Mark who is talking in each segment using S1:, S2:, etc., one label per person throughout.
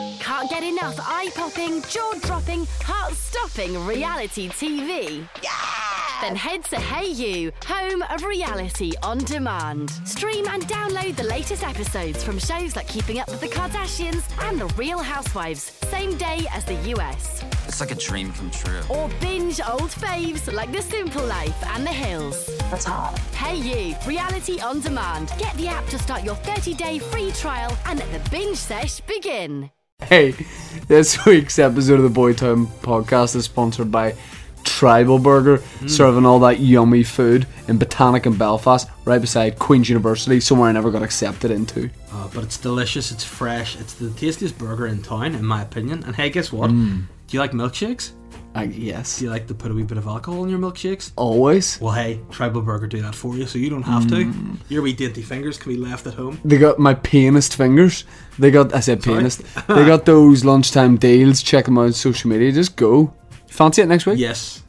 S1: can't get enough eye popping, jaw dropping, heart stopping reality TV. Then head to Hey You, home of reality on demand. Stream and download the latest episodes from shows like Keeping Up with the Kardashians and The Real Housewives, same day as the US.
S2: It's like a dream come true.
S1: Or binge old faves like The Simple Life and The Hills.
S3: That's hot.
S1: Hey You, reality on demand. Get the app to start your 30 day free trial and let the binge sesh begin.
S4: Hey, this week's episode of the Boytown podcast is sponsored by Tribal Burger,
S5: Hmm.
S4: serving all that yummy food in Botanic and Belfast, right beside Queen's University, somewhere I never got accepted into.
S5: Uh, but it's delicious, it's fresh, it's the tastiest burger in town, in my opinion. And hey, guess what? Do you like milkshakes?
S4: I yes.
S5: Do you like to put a wee bit of alcohol in your milkshakes?
S4: Always.
S5: Well, hey, Tribal Burger do that for you, so you don't have to. Your wee dainty fingers can be left at home.
S4: They got my pianist fingers. They got I said pianist. they got those lunchtime deals. Check them out on social media. Just go. Fancy it next week?
S5: Yes.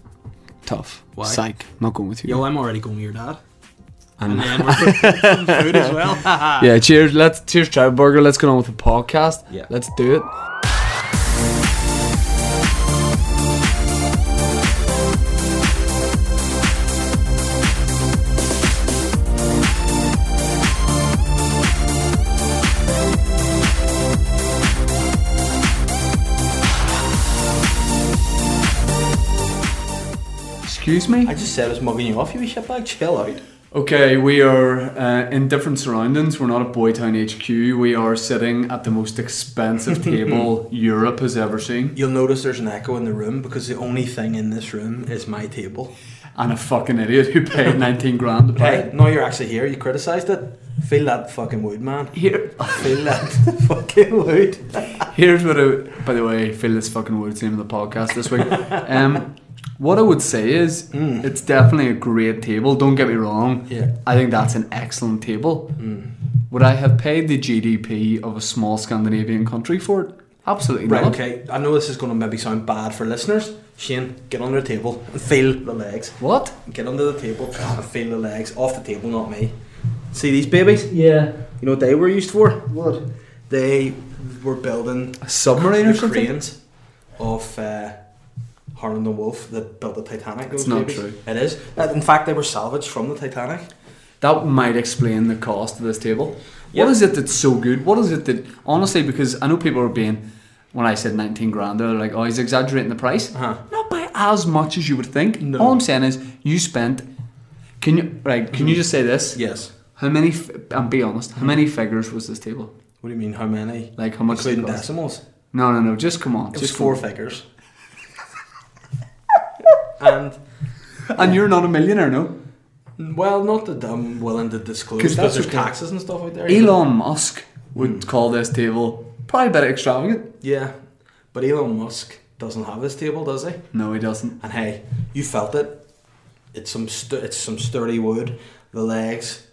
S4: Tough.
S5: Why?
S4: Psych. Not going with you.
S5: Yo, I'm already going with your dad. And then we're putting some food as well.
S4: yeah, cheers. Let's cheers Tribal Burger. Let's get on with the podcast.
S5: Yeah.
S4: Let's do it. Excuse me?
S5: I just said I was mugging you off, you wee shitbag. Chill out.
S4: Okay, we are uh, in different surroundings. We're not at Boytown HQ. We are sitting at the most expensive table Europe has ever seen,
S5: You'll notice there's an echo in the room because the only thing in this room is my table.
S4: and a fucking idiot who paid 19 grand to buy
S5: Hey,
S4: it.
S5: now you're actually here. You criticised it. Feel that fucking wood, man.
S4: Here,
S5: Feel that fucking wood.
S4: here's what I. By the way, Phil is fucking Wood's name of the podcast this week. Um, what I would say is, it's definitely a great table. Don't get me wrong.
S5: Hmm. Yeah. Hmm.
S4: I think that's an excellent table. Would I have paid the GDP of a small Scandinavian country for it? Absolutely
S5: Right,
S4: not.
S5: okay. I know this is going to maybe sound bad for listeners. Shane, get under the table and feel the legs.
S4: What?
S5: Get under the table and feel the legs. Off the table, not me. See these babies? You
S4: Yeah.
S5: know what they were used for? What? They were building
S4: A submarine or
S5: the
S4: something?
S5: cranes of uh, Harland and Wolf that built the Titanic.
S4: It's
S5: those
S4: not
S5: babies.
S4: true.
S5: It is. Uh, In fact, they were salvaged from the Titanic.
S4: That might explain the cost of this table.
S5: Yep.
S4: What is it that's so good? What is it that honestly? Because I know people are being when I said nineteen grand, they're like, "Oh, he's exaggerating the price."
S5: Uh-huh.
S4: Not by as much as you would think.
S5: No.
S4: All I'm saying is, you spent. Can you right? Can
S5: Mm-hmm.
S4: you just say this?
S5: Yes.
S4: How many? f- And be honest.
S5: Mm-hmm.
S4: How many figures was this table?
S5: What do you mean? How many?
S4: Like how much? did it
S5: Including
S4: cost?
S5: decimals.
S4: No, no, no. Just come on.
S5: It was
S4: just
S5: four
S4: come
S5: figures. and
S4: on. And you're not a millionaire, no.
S5: well, not that I'm willing to disclose
S4: 'Cause
S5: because
S4: that's
S5: there's
S4: okay.
S5: taxes and stuff out there. Mm.
S4: Elon Musk would call this table probably a bit extravagant.
S5: Yeah, but Elon Musk doesn't have his table, does he?
S4: No, he doesn't.
S5: And hey, you felt it. It's some stu- it's some sturdy wood. The legs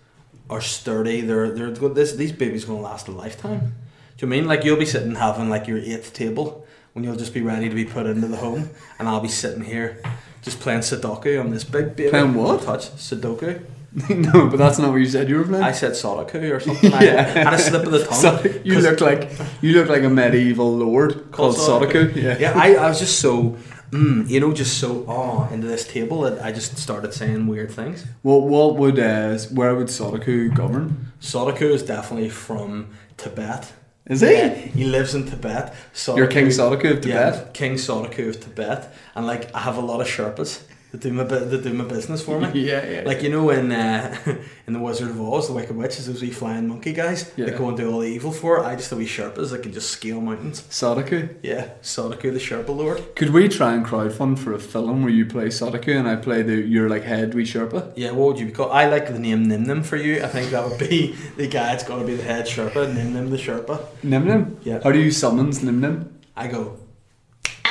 S5: are sturdy. They're they're go- this these babies gonna last a lifetime. Do you mean like you'll be sitting having like your eighth table when you'll just be ready to be put into the home, and I'll be sitting here just playing Sudoku on this big baby.
S4: Playing what?
S5: Touch Sudoku.
S4: no, but that's not what you said. You were playing.
S5: I said Sudoku or something. I had a slip of the tongue.
S4: Sorry, you
S5: 'Cause-
S4: look like you look like a medieval lord called Sodoku.
S5: Yeah, I, I was just so, mm, you know, just so aw into this table that I just started saying weird things.
S4: What what would uh, where would Sodoku govern?
S5: Sodoku is definitely from Tibet.
S4: Is he?
S5: Yeah, he lives in Tibet. Sodoku,
S4: You're King Sodoku of
S5: Yeah,
S4: Tibet?
S5: King Sodoku of Tibet. And like, I have a lot of Sherpas that do my, bu- that do my business for me.
S4: Yeah, yeah,
S5: Like, you know, in uh, in The Wizard of Oz, The Wicked Witch, is those wee flying monkey guys
S4: Yeah.
S5: that go and do all the evil for it. I just have wee Sherpas that can just scale mountains.
S4: Sodoku.
S5: Yeah, Sodoku the Sherpa Lord.
S4: Could we try and crowdfund for a film where you play Sodoku and I play the you're like head wee Sherpa?
S5: Yeah, what would you be called? I like the name Nim Nim for you. I think that would be the guy that's got to be the head Sherpa, Nim Nim the Sherpa.
S4: Nim Nim?
S5: Yeah.
S4: How do you summons Nim Nim?
S5: I go,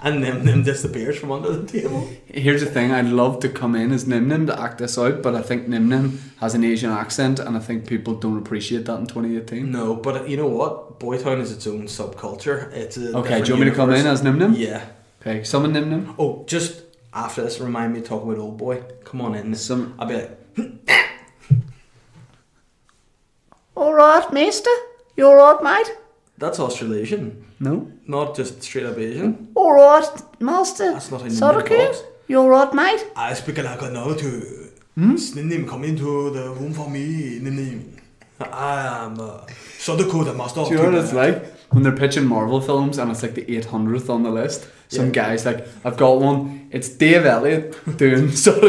S5: and Nim Nim disappears from under the table.
S4: Here's the thing, I'd love to come in as Nim Nim to act this out, but I think Nim Nim has an Asian accent and I think people don't appreciate that in 2018.
S5: No, but you know what? Boytown is its own subculture. It's
S4: Okay,
S5: a Mm. different
S4: do you want me to come in
S5: universe.
S4: as Nim Nim?
S5: Yeah.
S4: Okay, summon Nim Nim.
S5: Oh, just after this, remind me to talk about old boy. Come on in.
S4: Some-
S5: I'll be like,
S6: All right, mister. You all right, mate?
S5: That's Australasian,
S4: No.
S5: not just straight up
S4: Hmm?
S5: Asian.
S2: All right, master.
S5: That's not in the
S2: Sorry,
S5: mailbox.
S2: you all right, mate?
S5: I speak like I know to.
S4: Hmm?
S5: Ninim, come into the room for me. Ninim. I am uh, Sadako, the master of
S4: Do you know what it's
S5: Tibet.
S4: like when they're pitching Marvel films and it's like the 800th on the list? Some
S5: Yeah.
S4: guy's like, I've got one. It's Dave Elliott doing Sadako.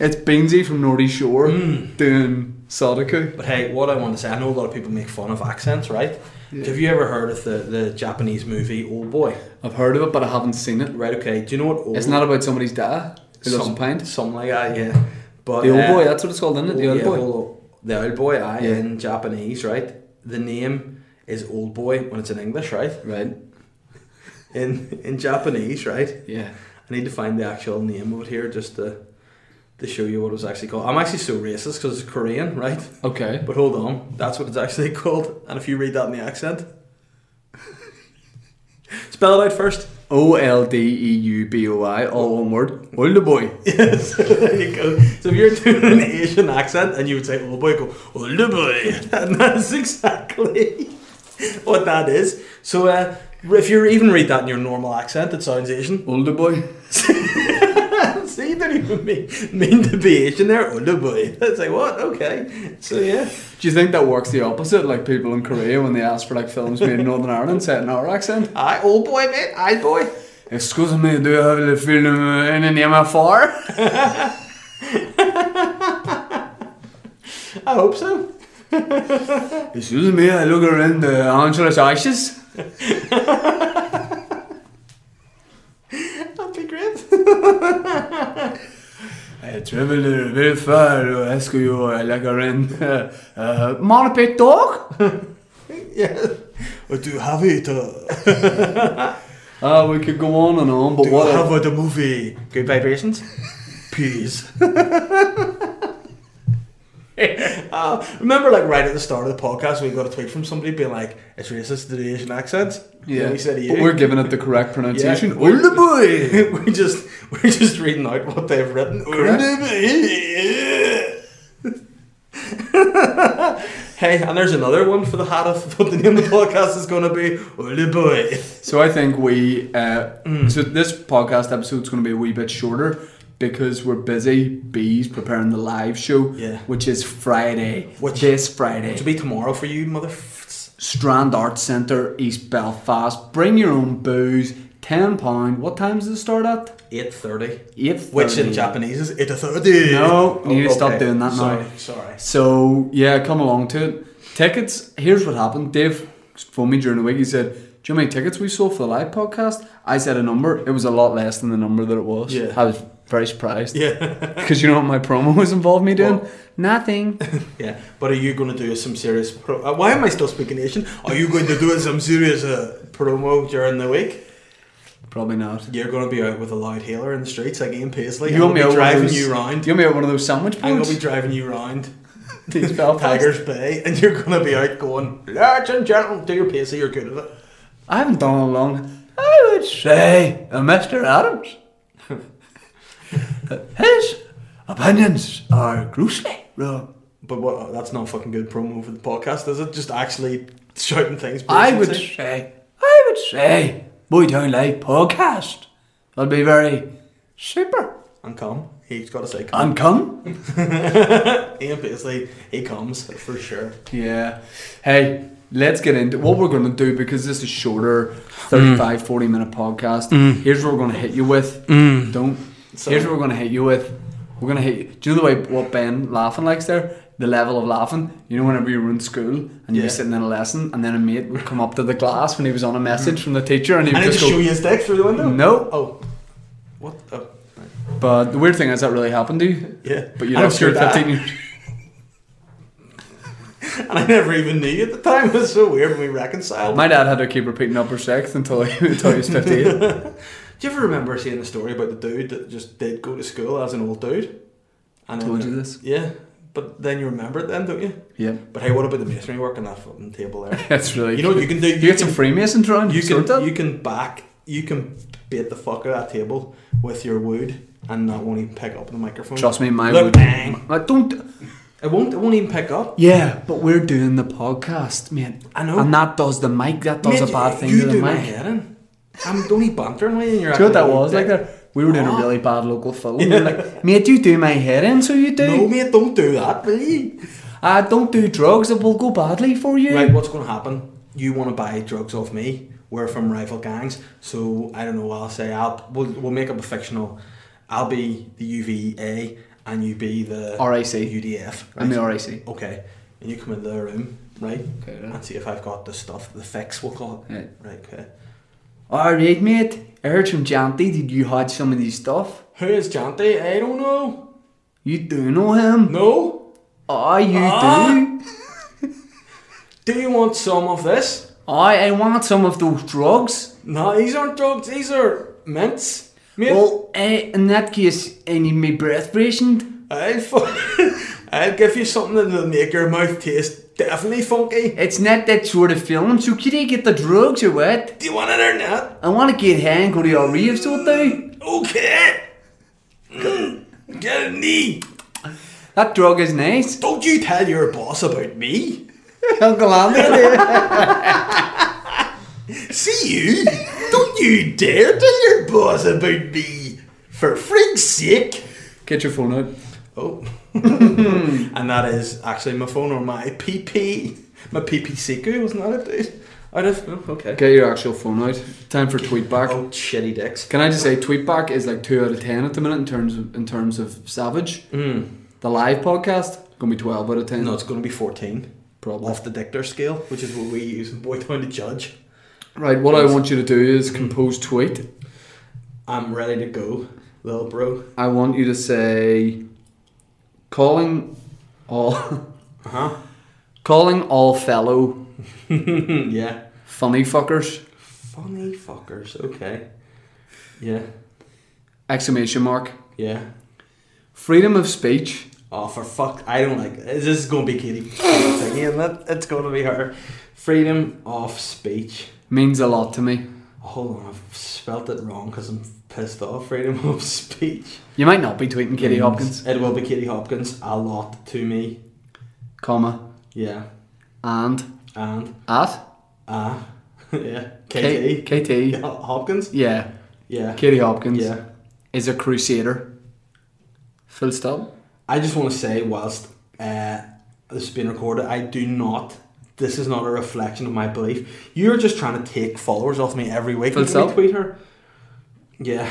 S4: it's Beansy from Nordy Shore
S5: Hmm.
S4: doing Sadako.
S5: But hey, what I want to say, I know a lot of people make fun of accents, right? Have you ever heard of the, the Japanese movie Old Boy?
S4: I've heard of it, but I haven't seen it.
S5: Right, okay. Do you know what old
S4: It's not about somebody's dad who loves
S5: Oh. some-
S4: a pint.
S5: Something like that, yeah. But
S4: The old
S5: uh,
S4: boy, that's what it's called, isn't it? The
S5: oh,
S4: old
S5: yeah,
S4: boy.
S5: hold up. The old boy, I
S4: Yeah.
S5: in Japanese, right? The name is old boy when it's in English, right?
S4: Right.
S5: In in Japanese, right?
S4: Yeah.
S5: I need to find the actual name of it here just to to show you what it was actually called. I'm actually so racist because it's Korean, right?
S4: Okay.
S5: But hold on, that's what it's actually called. And if you read that in the accent, spell it out first.
S4: O L D E U B O I, all one word. Older boy.
S5: Yes, there you go. So if you're doing an Asian accent and you would say old boy, go old boy, and that's exactly what that is. So uh, if you even read that in your normal accent, it sounds Asian.
S4: Older boy.
S5: See, you don't even mean, mean to be Asian there, old boy. It's like what? Okay. So yeah,
S4: Do you think that works the opposite? Like people in Korea when they ask for like films made in Northern Ireland, set in our accent.
S5: I old boy, mate, I boy.
S4: Excuse me, do you have the film uh, in the name of far?
S5: I hope so.
S4: Excuse me, I look around the Angeles ashes.
S5: That'd be great.
S4: I travel very far to ask you, I look around uh, uh, Monopet dog.
S5: yeah. Do you have it?
S4: Uh, we could go on and on, but
S5: Do you
S4: what
S5: have the movie? Good vibrations. Peace. Uh, remember, like right at the start of the podcast, we got a tweet from somebody being like, "It's racist to the Asian accent."
S4: Yeah,
S5: And we said,
S4: but
S5: "You."
S4: we're giving it the correct pronunciation.
S5: we're-
S4: Older boy.
S5: we just we're just reading out what they've written.
S4: Correct.
S5: hey, and there's another one for the hat of what the name of the podcast is going to be. Ollie boy.
S4: So I think we. Uh,
S5: Mm.
S4: So this podcast episode's going to be a wee bit shorter because we're busy bees preparing the live show,
S5: Yeah.
S4: which is Friday,
S5: Which-
S4: this Friday,
S5: To be tomorrow for you, motherfuckers.
S4: Strand Arts Centre, East Belfast. Bring your own booze. Ten pound. What time does it start at?
S5: Eight thirty.
S4: Eight.
S5: Which in Japanese is eight thirty.
S4: No, you need to stop doing that now.
S5: sorry, Sorry.
S4: So yeah, come along to it. Tickets. Here's what happened. Dave phoned me during the week. He said, "Do you know how many tickets we sold for the live podcast?" I said a number. It was a lot less than the number that it was.
S5: Yeah.
S4: I was very surprised.
S5: Yeah,
S4: Because you know what my promo was involved me doing?
S5: What?
S4: Nothing.
S5: yeah. But are you going to do some serious? Pro- uh, why am I still speaking Asian? Are you going to do some serious uh, promo during the week?
S4: Probably not.
S5: You're going to be out with a loud hailer in the streets like Ian Paisley.
S4: You
S5: I'm
S4: want me out
S5: gonna be driving
S4: one of those,
S5: you round?
S4: You want me out one of those sandwich
S5: I'm going
S4: boards?
S5: to be driving you round
S4: These Belfast.
S5: Tigers Bay, and you're going to be out going, ladies and gentlemen, do your Paisley. You're good at it.
S4: I haven't done it long. I would say a Mr. Adams. His opinions are grossly wrong.
S5: But what, that's not fucking good promo for the podcast, is it? Just actually shouting things.
S4: I
S5: Paisley
S4: would
S5: say.
S4: say, I would say, Boytown Live podcast would be very super.
S5: And come. He's got to say come.
S4: And come?
S5: Ian Paisley, he comes for sure.
S4: Yeah. Hey, let's get into what we're going to do because this is shorter, 35, 40 minute podcast. Here's what we're going to hit you with. Don't.
S5: So-
S4: Here's what we're going to hit you with. We're going to hit you. Do you know the way what Ben laughing likes there? The level of laughing. You know, whenever you were in school and you'd
S5: Yeah.
S4: be sitting in a lesson and then a mate would come up to the class when he was on a
S5: Mm.
S4: message from the teacher and he would
S5: And he
S4: just
S5: just
S4: go,
S5: show you his dick through the window?
S4: no.
S5: Oh. What? Oh. right.
S4: But the weird thing is that really happened to you.
S5: Yeah.
S4: But you
S5: And
S4: know,
S5: it was your
S4: you're 15
S5: dad.
S4: years.
S5: And I never even knew you at the time. It was so weird when we reconciled.
S4: My dad had to keep repeating upper sixth until he, until he was 15.
S5: Do you ever remember seeing the story about the dude that just did go to school as an old dude? And
S4: Told you this.
S5: Yeah. But then you remember it then, don't you?
S4: yeah.
S5: But hey, what about the masonry work on that fucking table there?
S4: That's really
S5: You know what you can do?
S4: You get some Freemason drawn.
S5: You
S4: You
S5: can
S4: sort that.
S5: you can back you can bait the fuck out of that table with your wood and not won't even pick up the microphone.
S4: Trust me, my
S5: Look,
S4: would.
S5: bang.
S4: I don't.
S5: It won't. It won't even pick up.
S4: Yeah, but we're doing the podcast, man.
S5: I know.
S4: And that does the mic. That does
S5: Mate,
S4: a bad thing
S5: you
S4: to the
S5: do my
S4: mic.
S5: head in. I'm the only bantering with you. and You're
S4: Do you know what that
S5: acting
S4: was
S5: like
S4: like
S5: a
S4: there? We were doing a really bad local film. We were like, mate, you do my head in, so you do.
S5: dick. No, mate, don't do that, will you?
S4: I don't do drugs, it will go badly for you.
S5: Right, what's going to happen? You want to buy drugs off me? We're from rival gangs, so I don't know. I'll say I'll we'll, we'll make up a fictional. I'll be the UVA and you be the
S4: RIC.
S5: UDF.
S4: I'm the
S5: right?
S4: RIC.
S5: Okay, and you come into the room, right?
S4: Okay, yeah.
S5: and see if I've got the stuff, the fix, we'll call it.
S4: Yeah.
S5: Right, okay.
S4: Alright, mate. I heard from Janty that you had some of these stuff.
S5: Who is Jante? I don't know.
S4: You do know him?
S5: No.
S4: Aye, you
S5: Ah.
S4: do.
S5: Do you want some of this?
S4: Aye, I want some of those drugs.
S5: No, these aren't drugs. These are mints. Mate,
S4: Well, eh, in that case, I need my breath freshened.
S5: I'll, fu- I'll give you something that'll make your mouth taste definitely funky.
S4: It's not that sort of film, so could I get the drugs or what?
S5: Do you want it or not?
S4: I want to get high and go to your rave, so do.
S5: Okay. Mm, get a knee.
S4: That drug is nice.
S5: Don't you tell your boss about me.
S4: Uncle Andy.
S5: See you? Don't you dare tell your boss about me. For frig's sake.
S4: get your phone out.
S5: Oh. and that is actually my phone or my PP. My PP Seku, wasn't that it, dude? Out of. Oh, okay.
S4: Get your actual phone out. Time for tweet back.
S5: Oh, shitty dicks.
S4: Can I just say, Tweetback is like two out of ten at the minute in terms of in terms of Savage. The live podcast gonna be twelve out of ten.
S5: No, it's going to be 14.
S4: Probably.
S5: Off the Dictor scale, which is what we use in Boytown to judge.
S4: Right, what I want you to do is compose tweet.
S5: I'm ready to go, little bro.
S4: I want you to say, calling all,
S5: Uh huh.
S4: calling all fellow
S5: yeah.
S4: funny fuckers!
S5: Funny fuckers. Okay. Yeah.
S4: Exclamation mark!
S5: Yeah.
S4: Freedom of speech.
S5: Oh, for fuck! I don't like this. This is gonna be Katie again. That it's gonna be her. Freedom of speech.
S4: means a lot to me.
S5: Hold on, I've spelt it wrong because I'm pissed off. Freedom of speech.
S4: You might not be tweeting Kitty Hopkins,
S5: It will be Katie Hopkins. A lot to me.
S4: comma,
S5: Yeah.
S4: and
S5: And
S4: at
S5: ah, yeah.
S4: K-
S5: KT.
S4: KT.
S5: Hopkins.
S4: Yeah,
S5: Yeah.
S4: Kitty Hopkins.
S5: Yeah.
S4: is a crusader. Full stop.
S5: I just want to say, whilst uh, this is being recorded, I do not. This is not a reflection of my belief. You're just trying to take followers off me every week.
S4: Full
S5: Can we
S4: stop.
S5: tweet her. Yeah.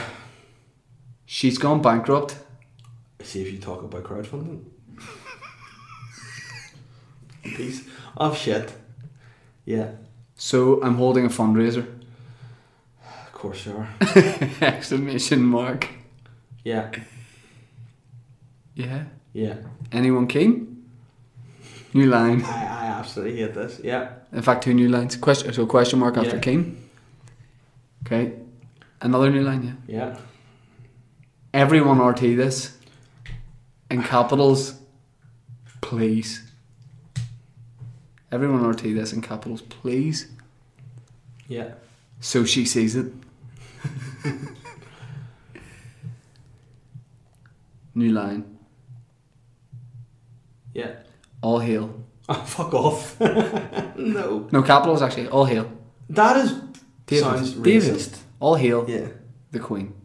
S4: She's gone bankrupt.
S5: See if you talk about crowdfunding. Piece of Oh, shit. Yeah.
S4: So I'm holding a fundraiser.
S5: Of course you are.
S4: Exclamation mark.
S5: Yeah.
S4: Yeah.
S5: Yeah.
S4: Anyone keen? New line.
S5: I, I absolutely hate this. Yeah.
S4: In fact, two new lines. Question. So question mark after
S5: Yeah.
S4: keen. Okay. Another new line. Yeah.
S5: Yeah.
S4: Everyone RT this. In capitals, please. Everyone RT this in capitals, please.
S5: Yeah.
S4: So she sees it. New line.
S5: Yeah.
S4: All hail.
S5: Oh, fuck off. no.
S4: No capitals actually. All hail.
S5: That is.
S4: David.
S5: Sounds
S4: David.
S5: racist.
S4: All hail
S5: Yeah.
S4: the Queen.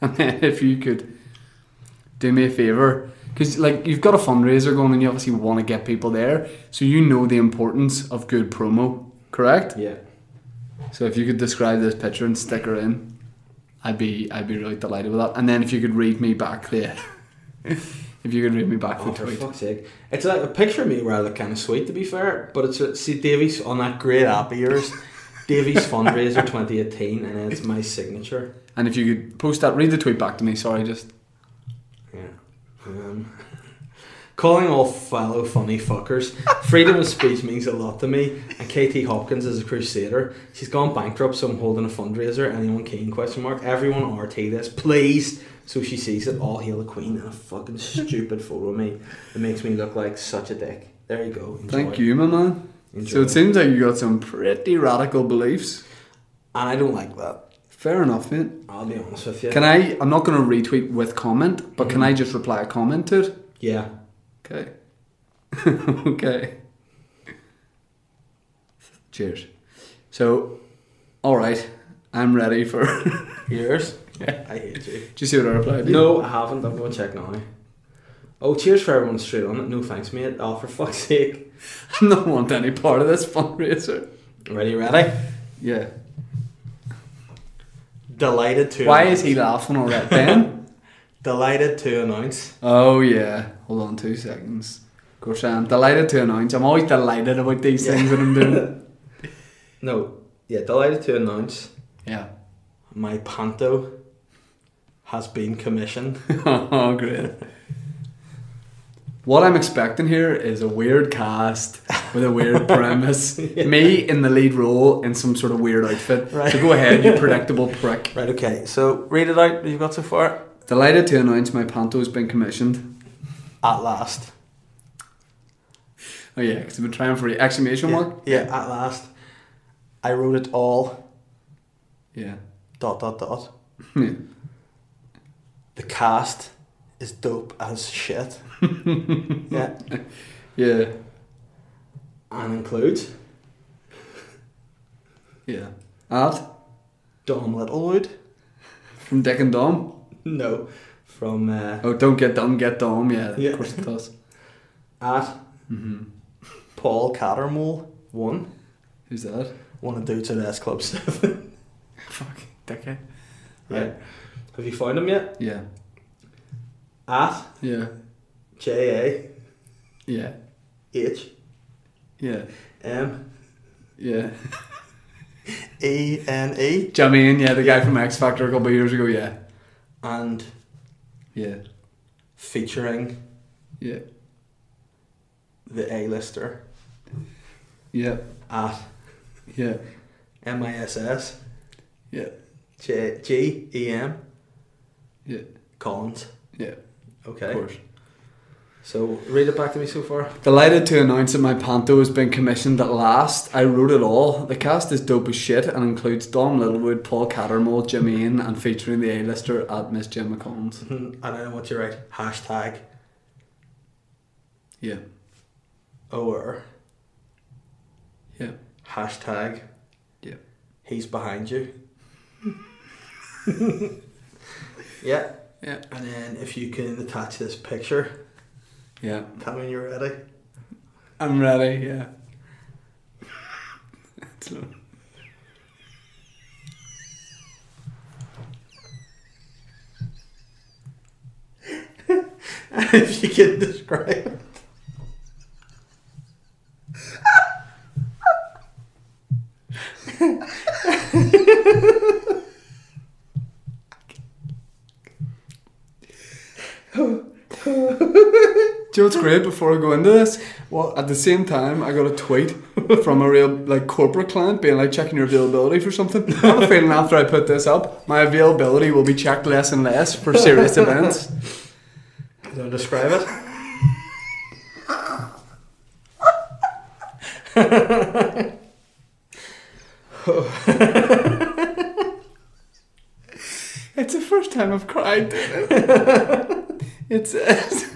S4: And then if you could do me a favour, because like you've got a fundraiser going and you obviously want to get people there, so you know the importance of good promo, correct?
S5: Yeah.
S4: So if you could describe this picture and stick her in, I'd be I'd be really delighted with that. And then if you could read me back the, if you could read me back
S5: Oh,
S4: the
S5: for
S4: tweet.
S5: fuck's sake. It's like a picture of me where I look kind of sweet, to be fair, but it's it's- see Davies on that great app of yours, Davies Fundraiser 2018, and it's my signature.
S4: And if you could post that, read the tweet back to me. Sorry, just
S5: Yeah. Um, calling all fellow funny fuckers. Freedom of speech means a lot to me, and KT Hopkins is a crusader. She's gone bankrupt, so I'm holding a fundraiser. Anyone keen? Question mark. Everyone RT this, please. So she sees it. All hail the queen and a fucking stupid photo of me. It makes me look like such a dick. There you go. Enjoy.
S4: thank you, my man. So
S5: Enjoy.
S4: it seems like you got some pretty radical beliefs.
S5: And I don't like that.
S4: Fair enough, mate.
S5: I'll be honest with you.
S4: Can I? I'm not going to retweet with comment, but can I just reply a comment to it?
S5: Yeah.
S4: Okay. okay. Cheers. So, all right, I'm ready for. Do
S5: Yours? I hate you.
S4: you see what I replied? to you?
S5: No, I haven't. I'm going to check now. Oh, cheers for everyone straight on it. No thanks, mate. Oh, for fuck's sake.
S4: I don't want any part of this fundraiser.
S5: Ready, ready?
S4: Yeah.
S5: Delighted to.
S4: Why is he laughing all that then?
S5: Delighted to announce.
S4: oh yeah. Hold on two seconds. Of course, I'm delighted to announce. I'm always delighted about these things that I'm doing.
S5: No, yeah, delighted to announce
S4: yeah.
S5: my panto has been commissioned.
S4: oh, great. What I'm expecting here is a weird cast with a weird premise. Me in the lead role in some sort of weird outfit.
S5: Right.
S4: So go ahead, you predictable prick.
S5: Right, okay, so read it out. What you've got so far?
S4: Delighted to announce my panto has been commissioned.
S5: At last.
S4: Oh yeah, 'cause I've been trying for exclamation mark.
S5: Yeah, at last. I wrote it all.
S4: Yeah.
S5: Dot, dot, dot.
S4: yeah.
S5: The cast is dope as shit. yeah.
S4: Yeah.
S5: And includes
S4: Yeah. Art
S5: Dom Littlewood.
S4: from Dick and Dom.
S5: No. From uh,
S4: Oh, don't get dumb, get Dom. Yeah,
S5: Yeah.
S4: of course it does.
S5: at Mm-hmm. Paul Cattermole one.
S4: Who's that?
S5: One of dudes at S Club Seven.
S4: Fuck, dickhead.
S5: right. Have you found him yet?
S4: Yeah.
S5: At
S4: Yeah.
S5: J
S4: Yeah.
S5: A H
S4: Yeah.
S5: M
S4: Yeah.
S5: E N E
S4: Jamin, yeah, the guy from X Factor a couple of years ago, yeah.
S5: and
S4: Yeah.
S5: featuring
S4: Yeah.
S5: the A lister
S4: Yeah.
S5: at
S4: Yeah.
S5: M I S S
S4: Yeah.
S5: J G E M
S4: Yeah.
S5: Collins.
S4: Yeah.
S5: Okay.
S4: Of course.
S5: So read it back to me so far.
S4: Delighted to announce that my panto has been commissioned at last. I wrote it all. The cast is dope as shit and includes Dom Littlewood, Paul Cattermole, Jamin, and featuring the A-lister at Miss Gemma Collins.
S5: And I don't know what you write. Hashtag
S4: Yeah.
S5: or
S4: Yeah.
S5: hashtag
S4: Yeah.
S5: he's behind you. yeah.
S4: Yeah.
S5: And then if you can attach this picture,
S4: Yeah.
S5: tell me you're ready.
S4: I'm ready, yeah. It's lo-
S5: if you can describe it.
S4: Do you know what's great before I go into this? Well, at the same time, I got a tweet from a real like corporate client being like checking your availability for something. I have a feeling after I put this up, my availability will be checked less and less for serious events.
S5: Don't describe it.
S4: It's the first time I've cried. it says.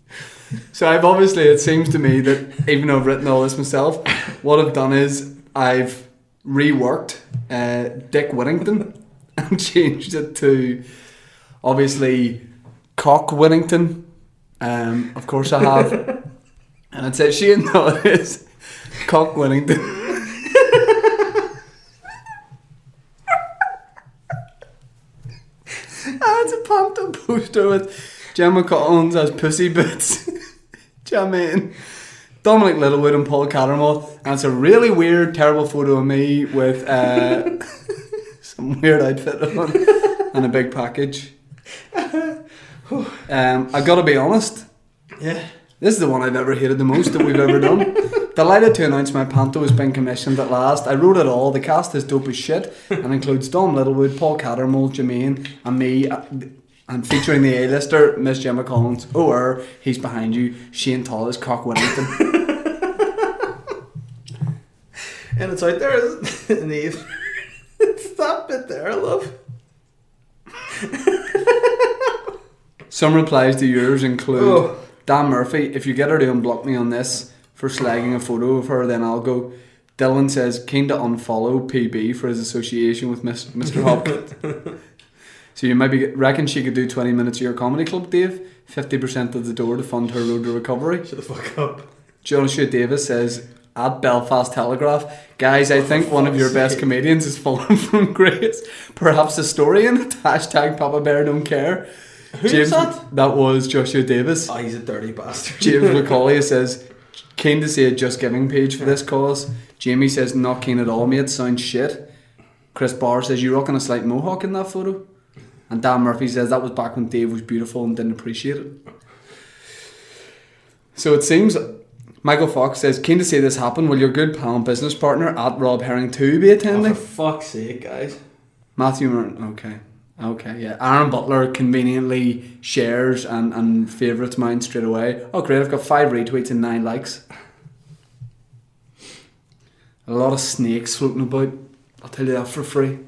S4: so I've obviously, it seems to me that even though I've written all this myself, what I've done is I've reworked uh, Dick Whittington and changed it to obviously Cock Whittington. Um, of course, I have. and it says Shane Dawes, Cock Whittington. Ah, it's a panto poster with Gemma Collins as Pussy Boots, Jamin, Dominic Littlewood, and Paul Cattermole. And it's a really weird, terrible photo of me with uh, some weird outfit on and a big package. Um, I gotta be honest,
S5: Yeah.
S4: this is the one I've ever hated the most that we've ever done. Delighted to announce my panto has been commissioned at last. I wrote it all. The cast is dope as shit and includes Dom Littlewood, Paul Cattermole, Jermaine, and me. uh, And featuring the A-lister, Miss Gemma Collins, or he's behind you, Shane Tallis, Cock Whittington.
S5: And it's out there isn't it? in the ether. It's that bit there, love.
S4: Some replies to yours include
S5: Oh.
S4: Dan Murphy, if you get her to unblock me on this for slagging a photo of her, then I'll go. Dylan says, keen to unfollow PB for his association with Miss, Mr. Hopkins. so you maybe reckon she could do 20 minutes of your comedy club, Dave? 50% of the door to fund her road to recovery.
S5: Shut the fuck up.
S4: Joshua Davis says at Belfast Telegraph, guys, I think one of your best comedians is fallen from grace. Perhaps historian. Hashtag Papa Bear don't care.
S5: Who's that?
S4: was Joshua Davis.
S5: Oh, he's a dirty bastard.
S4: James McCauley says, keen to see a just giving page for this cause. Jamie says, not keen at all, mate. Sounds shit. Chris Barr says, you rocking a slight mohawk in that photo. And Dan Murphy says, that was back when Dave was beautiful and didn't appreciate it. So it seems Michael Fox says, keen to see this happen. Will your good pal and business partner at Rob Herring 2 be
S5: Oh,
S4: attending?
S5: for fuck's sake, guys.
S4: Matthew Martin, okay. Okay, yeah. Aaron Butler conveniently shares and, and favourites mine straight away. Oh, great, I've got five retweets and nine likes. A lot of snakes floating about. I'll tell you that for free.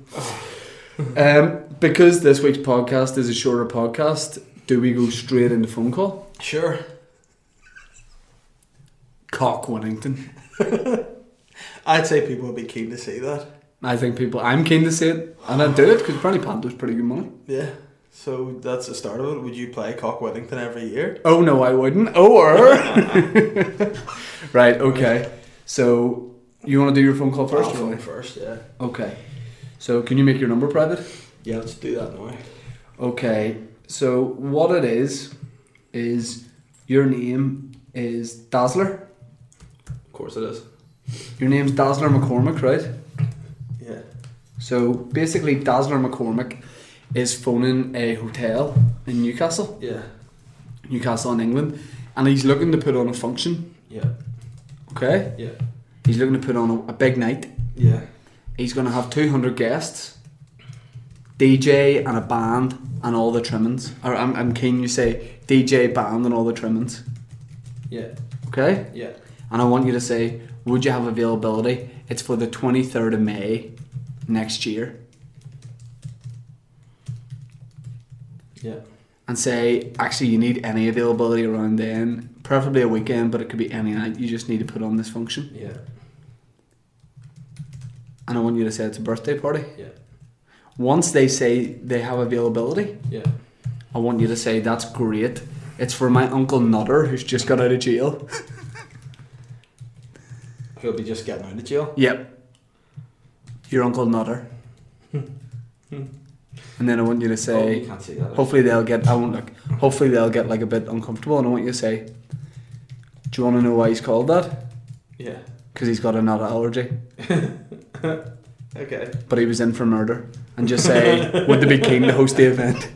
S4: um, because this week's podcast is a shorter podcast, do we go straight into phone call?
S5: Sure.
S4: Cock Winnington.
S5: I'd say people would be keen to see that.
S4: I think people, I'm keen to see it, and I'd do it because apparently Panto's pretty good money.
S5: Yeah. So that's the start of it. Would you play Cock Weddington every year?
S4: Oh no, I wouldn't. Or right, okay. So you want to do your phone call first,
S5: I'll
S4: or
S5: phone
S4: what?
S5: first, yeah.
S4: Okay. So can you make your number private?
S5: Yeah, let's do that now.
S4: Okay. So what it is is your name is Dazzler.
S5: Of course it is.
S4: Your name's Dazzler McCormick, right?
S5: Yeah.
S4: So basically, Dazzler McCormick is phoning a hotel in Newcastle,
S5: Yeah.
S4: Newcastle in England, and he's looking to put on a function.
S5: Yeah.
S4: Okay.
S5: Yeah.
S4: He's looking to put on a, a big night.
S5: Yeah.
S4: He's going to have 200 guests, DJ and a band and all the trimmings. Or I'm, I'm keen you say DJ, band and all the trimmings.
S5: Yeah.
S4: Okay?
S5: Yeah.
S4: And I want you to say, would you have availability? It's for the 23rd of May next year.
S5: Yeah.
S4: And say, actually, you need any availability around then, preferably a weekend, but it could be any night. You just need to put on this function.
S5: Yeah.
S4: And I want you to say it's a birthday party.
S5: Yeah.
S4: Once they say they have availability,
S5: Yeah.
S4: I want you to say that's great. It's for my uncle Nutter who's just got out of jail.
S5: He'll be just getting out of jail.
S4: yep. Your uncle Nutter. and then I want you to
S5: oh,
S4: say
S5: you can't see that.
S4: hopefully they'll get I won't look. Hopefully they'll get like a bit uncomfortable and I want you to say Do you want to know why he's called that?
S5: Yeah.
S4: Because he's got a nut allergy.
S5: Okay.
S4: But he was in for murder. And just say, would they be keen to host the event?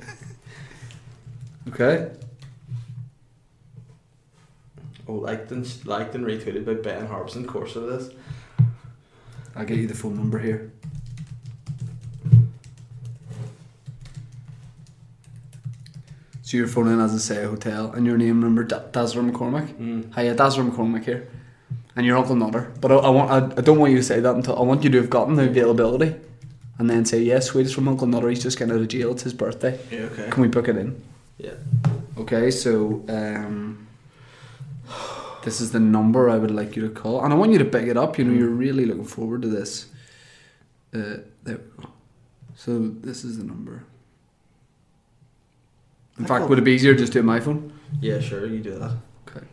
S4: okay.
S5: Oh, liked and liked and retweeted by Ben Harbison. Of course it is.
S4: I'll get you the phone number here. So you're phoning, as I say, a hotel, and your name, number, Da- Dazzler McCormick.
S5: Mm.
S4: Hiya, Dazzler McCormick here, and your uncle Nutter. But I, I want, I, I don't want you to say that until I want you to have gotten the availability, and then say, "Yes, sweet, it's from Uncle Nutter. He's just getting out of jail. It's his birthday.
S5: Yeah. Okay.
S4: Can we book it in?"
S5: Yeah.
S4: Okay, so um, this is the number I would like you to call, and I want you to pick it up. You know, you're really looking forward to this. Uh, there we go. So this is the number. In
S5: I
S4: fact,
S5: call-
S4: would it be easier just do it on my phone?
S5: Yeah. Sure. You do that.
S4: Okay.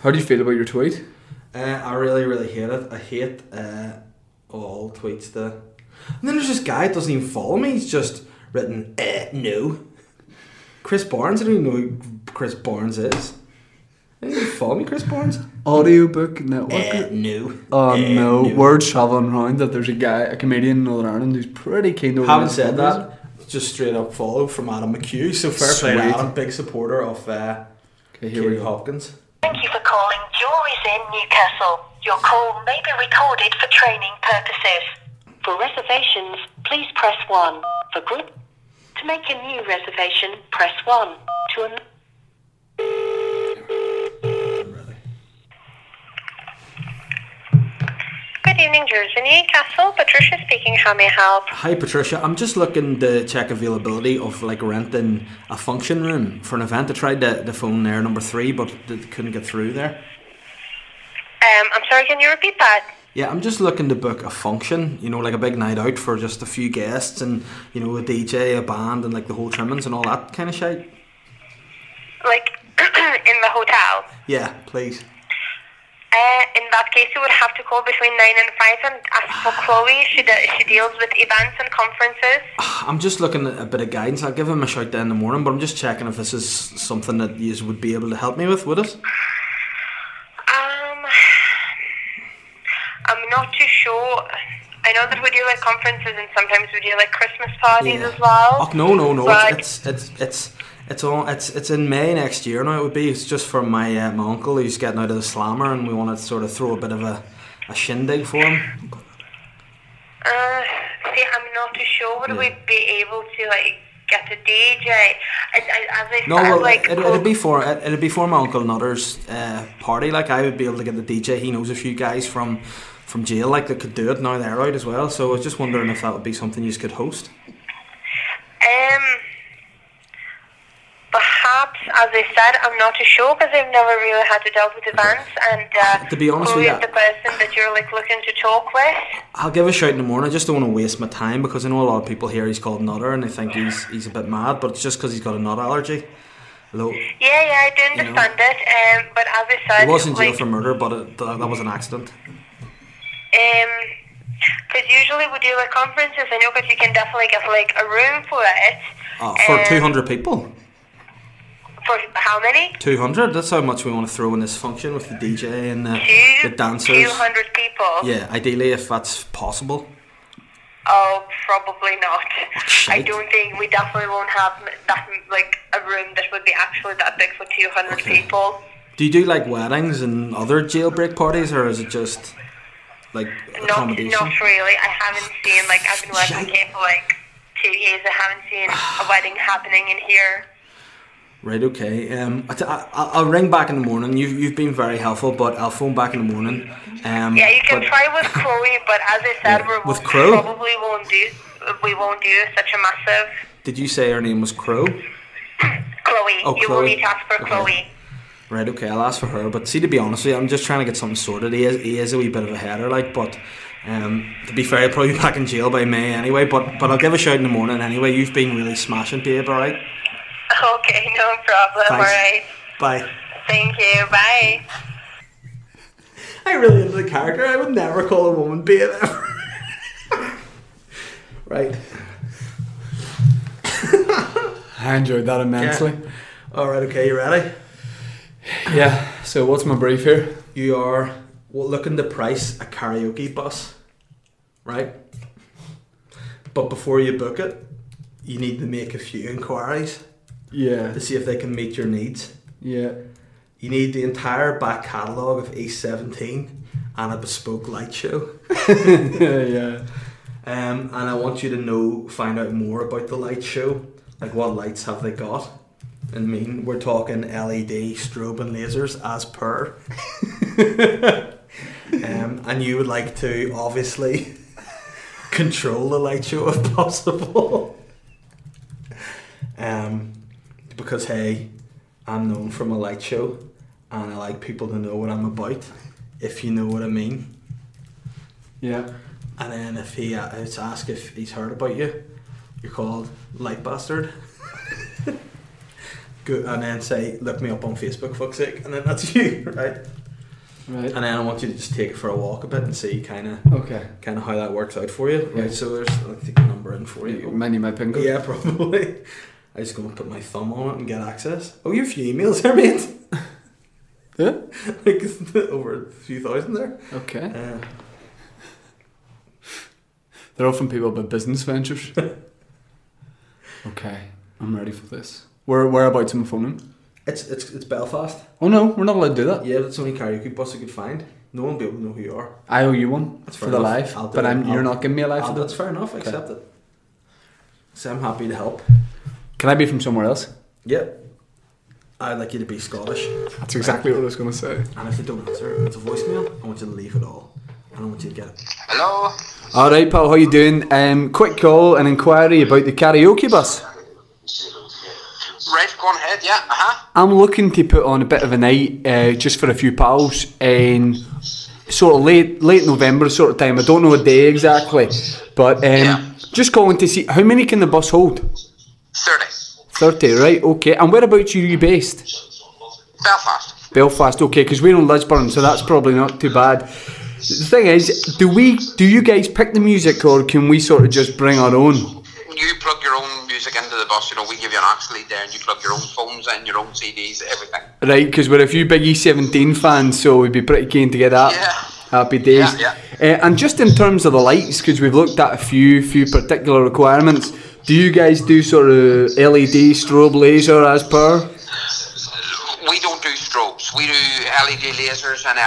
S4: How do you feel about your tweet?
S5: Uh, I really, really hate it. I hate uh, all tweets that. And then there's this guy that doesn't even follow me. He's just written, eh, no. Chris Barnes. I don't even know who Chris Barnes is. I didn't even follow me, Chris Barnes.
S4: Audiobook network.
S5: Eh, no.
S4: Oh
S5: Eh,
S4: no! Word's traveling around that there's a guy, a comedian in Northern Ireland, who's pretty keen to.
S5: Having
S4: organise
S5: said
S4: fundraisers.
S5: that, just straight up follow from Adam McHugh. So fair play to
S4: Sweet.
S5: Adam, big supporter of uh,
S4: Okay, here we
S5: Katie
S4: go.
S5: Hopkins.
S3: Thank you for calling Jewelries in Newcastle. Your call may be recorded for training purposes. For reservations, please press 1. For group, to make a new reservation, press 1. To an-
S5: Really.
S3: Good evening, Training Jewels in Newcastle. Patricia speaking, how may I help?
S5: Hi Patricia, I'm just looking to check availability of like renting a function room for an event. I tried the, the phone there, number three, but th- couldn't get through there.
S3: Um, I'm sorry, can you repeat that?
S5: Yeah, I'm just looking to book a function, you know, like a big night out for just a few guests and, you know, a DJ, a band, and like the whole trimmings and all that kind of shit.
S3: Like, in the hotel?
S5: Yeah, please.
S3: Uh, in that case, you would have to call between 9 and 5 and ask
S5: Ah.
S3: for Chloe. She, de- she deals with events and conferences.
S5: I'm just looking at a bit of guidance. I'll give him a shout down in the morning, but I'm just checking if this is something that you would be able to help me with, would it?
S3: Um, I'm not too sure. I know that we do like conferences and sometimes we do like Christmas parties as well.
S5: Oh, no, no, no.
S3: But
S5: It's it's it's it's it's all it's it's in May next year. No, it would be. It's just for my uh, my uncle who's getting out of the slammer, and we want to sort of throw a bit of a, a shindig for him.
S3: uh, see, I'm not too sure. Would we be able to like get a DJ? I, I, as I
S5: No,
S3: said,
S5: well,
S3: Uh, like
S5: it, it'd be for it, it'd be for my uncle Nutter's uh, party. Like I would be able to get the DJ. He knows a few guys from from jail, like that could do it. Now they're out as well. So I was just wondering if that would be something you could host.
S3: um, perhaps as I said, I'm not too sure because I've never really had to deal with events and uh,
S5: To be honest
S3: who
S5: with
S3: is
S5: you,
S3: the person that you're like looking to talk with?
S5: I'll give a shout in the morning. I just don't want to waste my time because I know a lot of people here. He's called Nutter, and they think he's he's a bit mad, but it's just because he's got a nut allergy. Although he
S3: Yeah, yeah, I do understand it. Um, but as I said,
S5: was in jail
S3: like,
S5: for murder, but it, that, that was an accident.
S3: um, because usually we do like conferences. I know because you can definitely get like a room for it.
S5: Uh, for
S3: Um,
S5: two hundred people,
S3: For how many?
S5: two hundred. That's how much we want to throw in this function with the DJ and the,
S3: Two.
S5: the dancers.
S3: Two hundred people.
S5: Yeah, ideally if that's possible.
S3: Oh, probably not.
S5: Oh,
S3: I
S5: shite.
S3: don't think we definitely won't have m- that m- like a room that would be actually that big for two hundred
S5: Okay.
S3: people.
S5: Do you do like weddings and other jailbreak parties, or is it just like
S3: Not,
S5: accommodation?
S3: not really. I haven't seen like I've been working
S5: Shite.
S3: here for like two years. I haven't seen a wedding happening in here.
S5: Right. Okay. Um, I t- I, I'll I'll ring back in the morning. You've you've been very helpful, but I'll phone back in the morning. Um,
S3: Yeah, you can
S5: but-
S3: try with Chloe, but as I said,
S5: Yeah,
S3: we're,
S5: with
S3: we
S5: Crow?
S3: probably won't do we won't do such a massive
S5: Did you say her name was Crow?
S3: Chloe.
S5: Oh,
S3: you will
S5: Chloe.
S3: need to ask for
S5: Okay.
S3: Chloe.
S5: Right. Okay. I'll ask for her. But see, to be honest with you, I'm just trying to get something sorted. He is he is a wee bit of a header, like, but. Um, to be fair, he'll probably be back in jail by May anyway, but but I'll give a shout in the morning anyway. You've been really smashing, babe, alright?
S3: Okay, no problem.
S5: Thanks.
S3: All right.
S5: Bye.
S3: Thank you. Bye.
S5: I really into the character. I would never call a woman babe ever. right.
S4: I enjoyed that immensely.
S5: Alright, okay, you ready?
S4: Yeah. So what's my brief here?
S5: you are well, looking to price a karaoke bus, right? But before you book it, you need to make a few inquiries
S4: Yeah.
S5: to see if they can meet your needs.
S4: Yeah.
S5: You need the entire back catalogue of E17 and a bespoke light show.
S4: yeah.
S5: Um, and I want you to know, find out more about the light show. Like, what lights have they got? I mean, we're talking LED strobe and lasers as per. um, and you would like to obviously control the light show if possible. um, because hey, I'm known from a light show, and I like people to know what I'm about. If you know what I mean.
S4: Yeah.
S5: And then if he uh, it's asked if he's heard about you, you're called light bastard. Good, and then say, look me up on Facebook, fuck's sake, and then that's you, right?
S4: Right.
S5: And then I want you to just take it for a walk a bit and see kind of,
S4: Okay.
S5: kind of how that works out for you,
S4: Yeah.
S5: right? So there's, I'll take a number in for you.
S4: Many my pingo.
S5: Yeah, probably. I just go and put my thumb on it and get access. Oh, you have few emails there, mate.
S4: Yeah.
S5: like over a few thousand there.
S4: Okay.
S5: Uh,
S4: They're often people about business ventures. okay. I'm ready for this. Where whereabouts am I phoning?
S5: it's it's it's Belfast.
S4: Oh no, we're not allowed to do that.
S5: Yeah, that's the only karaoke bus I could find. No one will be able to know who you are.
S4: I owe you one
S5: That's
S4: for
S5: fair
S4: the
S5: enough.
S4: live,
S5: I'll do
S4: but
S5: it.
S4: I'm you're
S5: I'll-
S4: not giving me a live
S5: Ah,
S4: for
S5: that's
S4: that.
S5: fair enough. I
S4: Okay.
S5: Accept it. So I'm happy to help.
S4: Can I be from somewhere else?
S5: Yep. I'd like you to be Scottish,
S4: That's exactly what I was going to say.
S5: and if they don't answer, it's a voicemail. I want you to leave it all. I don't want you to get it.
S6: Hello?
S4: All right, pal, how you doing? Um, quick call and inquiry about the karaoke bus.
S6: Right, go on ahead, yeah, uh-huh.
S4: I'm looking to put on a bit of a night uh, just for a few pals in sort of late late November sort of time. I don't know a day exactly, but um,
S6: Yeah.
S4: just calling to see how many can the bus hold.
S6: 30.
S4: Thirty, right? Okay. And whereabouts are you based?
S6: Belfast.
S4: Belfast, okay, because we're on Lisburn, so that's probably not too bad. The thing is, do we do you guys pick the music or can we sort of just bring our own?
S6: You plug your own music into the bus, you know, we give you an aux lead there and you plug your own phones in, your own CDs, everything.
S4: Right, because we're a few Big E17 fans, so we'd be pretty keen to get that.
S6: Yeah.
S4: Happy days.
S6: Yeah,
S4: Uh, and just in terms of the lights, because we've looked at a few few particular requirements, do you guys do sort of LED strobe laser as per?
S6: We don't do strobes. We do LED lasers and E